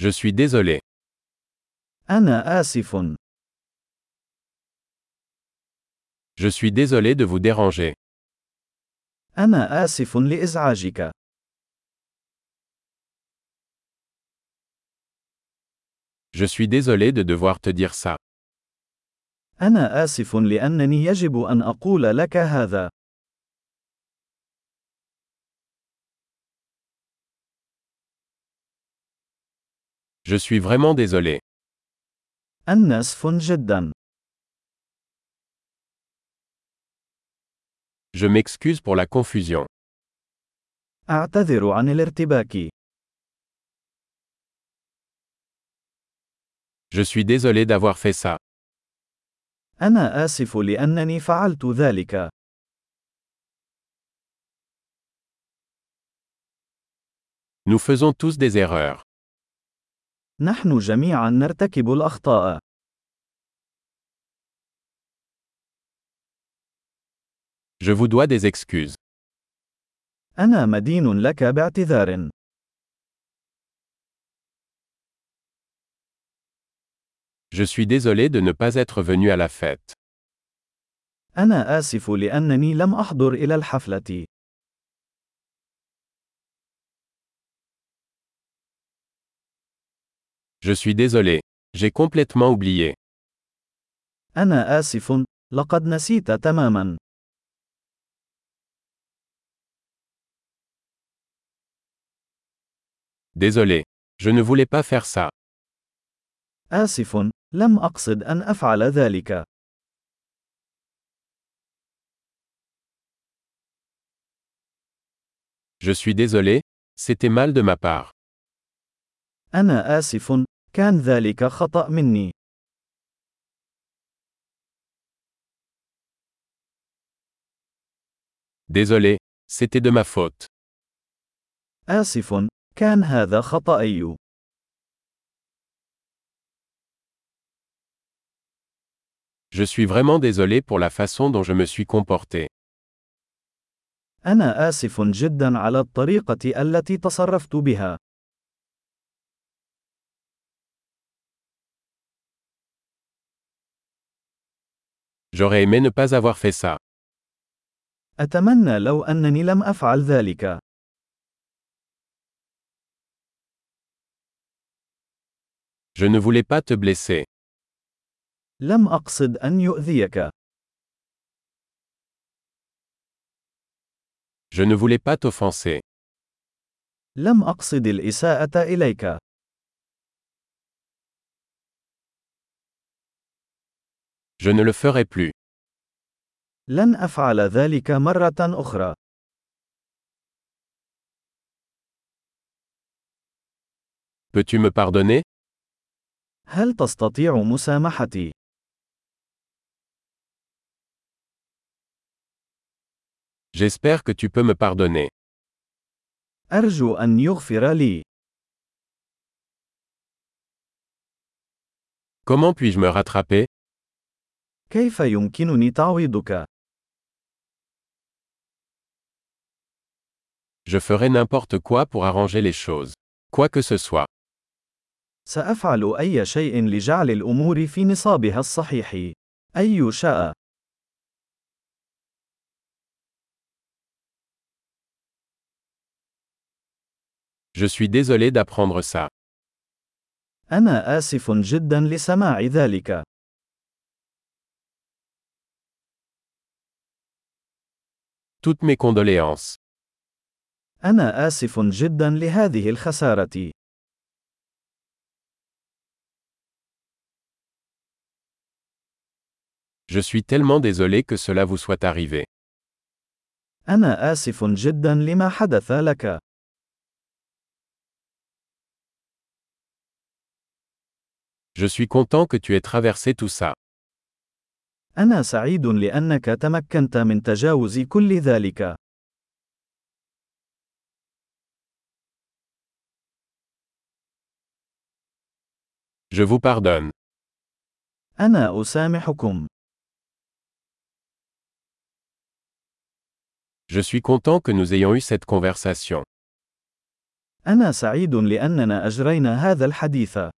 Je suis désolé. أنا آسف. Je suis désolé de vous déranger. أنا آسف لإزعاجك. Je suis désolé de devoir te dire ça. أنا آسف لأنني يجب أن أقول لك هذا. Je suis vraiment désolé. أنا آسف جدا. Je m'excuse pour la confusion. أعتذر عن الارتباك. Je suis désolé d'avoir fait ça. أنا آسف لأنني فعلت ذلك. Nous faisons tous des erreurs. نحن جميعا نرتكب الأخطاء. Je vous dois des excuses. أنا مدين لك باعتذار. Je suis désolé de ne pas être venu à la fête. أنا آسف لأنني لم أحضر إلى الحفلة. Je suis désolé. J'ai complètement oublié. أنا آسف. لقد نسيت تماما. Désolé. Je ne voulais pas faire ça. آسف. لم أقصد أن أفعل ذلك. Je suis désolé. C'était mal de ma part. أنا آسف. كان ذلك خطأ مني. Désolé. C'était de ma faute. آسف. كان هذا خطأي. Je suis vraiment désolé pour la façon dont je me suis comporté. أنا آسف جدا على الطريقة التي تصرفت بها. J'aurais aimé ne pas avoir fait ça. أتمنى لو أنني لم أفعل ذلك. Je ne voulais pas te blesser. لم أقصد أن يؤذيك. Je ne voulais pas t'offenser. لم أقصد الإساءة إليك. Je ne le ferai plus. لن أفعل ذلك مرة أخرى. Peux-tu me pardonner هل تستطيع مسامحتي؟ J'espère que tu peux me pardonner. أرجو أن يغفر لي. Comment puis-je me rattraper كيف يمكنني تعويضك؟ Je ferai n'importe quoi pour arranger les choses. Quoi que ce soit. سأفعل أي شيء لجعل الأمور في نصابها الصحيح. أي شاء. Je suis désolé d'apprendre ça. أنا آسف جدا لسماع ذلك. Toutes mes condoléances. أنا آسف جدا لهذه الخسارة. Je suis tellement désolé que cela vous soit arrivé. أنا آسف جدا لما حدث لك. Je suis content que tu aies traversé tout ça. أنا سعيد لأنك تمكنت من تجاوز كل ذلك. Je vous pardonne. أنا أسامحكم. Je suis content que nous ayons eu cette conversation. أنا سعيد لأننا أجرينا هذا الحديث.